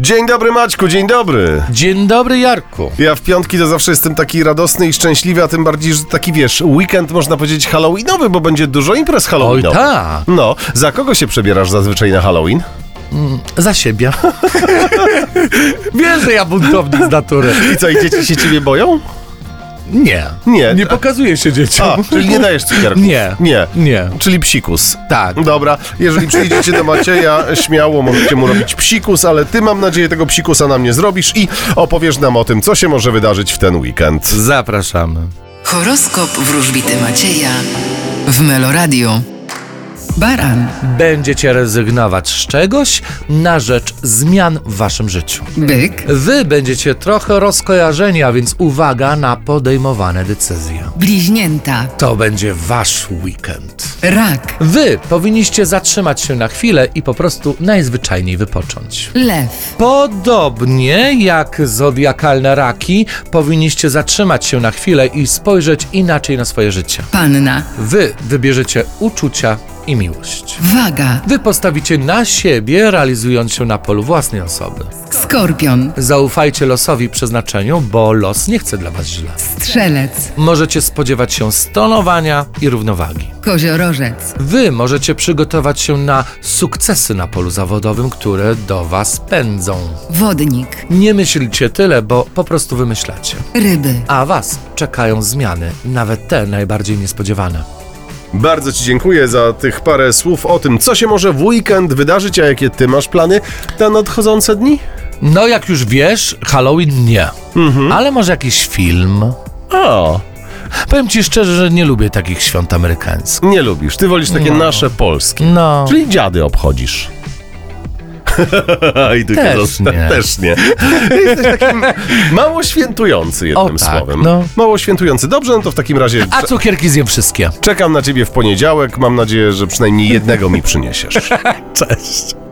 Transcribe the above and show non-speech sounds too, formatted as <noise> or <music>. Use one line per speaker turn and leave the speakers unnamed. Dzień dobry Maćku, dzień dobry.
Dzień dobry, Jarku.
Ja w piątki to zawsze jestem taki radosny i szczęśliwy, a tym bardziej, że taki wiesz, weekend można powiedzieć halloweenowy, bo będzie dużo imprez
Oj
halloweenowych.
tak,
No, za kogo się przebierasz zazwyczaj na Halloween? <laughs>
za siebie. Wiesz, że ja buntownik z natury.
I co, i dzieci się ciebie boją?
Nie.
Nie.
Nie pokazuje się dzieciom.
A, czyli nie dajesz cukierków?
Nie.
Nie.
<laughs> Nie.
Czyli psikus.
Tak.
Dobra, jeżeli przyjdziecie do Macieja, śmiało możecie mu robić psikus, ale ty mam nadzieję tego psikusa nam nie zrobisz i opowiesz nam o tym, co się może wydarzyć w ten weekend.
Zapraszamy.
Horoskop wróżbity Macieja w Meloradio. Baran,
Będziecie rezygnować z czegoś na rzecz zmian w waszym życiu.
byk,
Wy będziecie trochę rozkojarzeni, a więc uwaga na podejmowane decyzje.
bliźnięta,
To będzie wasz weekend.
rak,
Wy powinniście zatrzymać się na chwilę i po prostu najzwyczajniej wypocząć.
lew,
Podobnie jak zodiakalne raki, powinniście zatrzymać się na chwilę i spojrzeć inaczej na swoje życie.
panna,
Wy wybierzecie uczucia i miłość.
waga,
Wy postawicie na siebie, realizując się na polu własnej osoby.
skorpion,
Zaufajcie losowi i przeznaczeniu, bo los nie chce dla was źle.
strzelec,
Możecie spodziewać się stonowania i równowagi.
koziorożec,
Wy możecie przygotować się na sukcesy na polu zawodowym, które do was pędzą.
wodnik,
Nie myślicie tyle, bo po prostu wymyślacie.
ryby.
A Was czekają zmiany, nawet te najbardziej niespodziewane.
Bardzo Ci dziękuję za tych parę słów o tym, co się może w weekend wydarzyć, a jakie Ty masz plany na nadchodzące dni?
No, jak już wiesz, Halloween nie. Ale może jakiś film?
O,
Powiem Ci szczerze, że nie lubię takich świąt amerykańskich.
nie lubisz. Ty wolisz takie nasze polskie.
No.
Czyli dziady obchodzisz. <laughs> I tu
Też
zosta-
nie.
też nie. Jesteś takim mało świętujący jednym
O tak,
słowem.
no.
Mało świętujący. Dobrze, no to w takim razie
A cukierki zjem wszystkie.
czekam na ciebie w poniedziałek. Mam nadzieję, że przynajmniej jednego mi przyniesiesz.
<laughs> Cześć.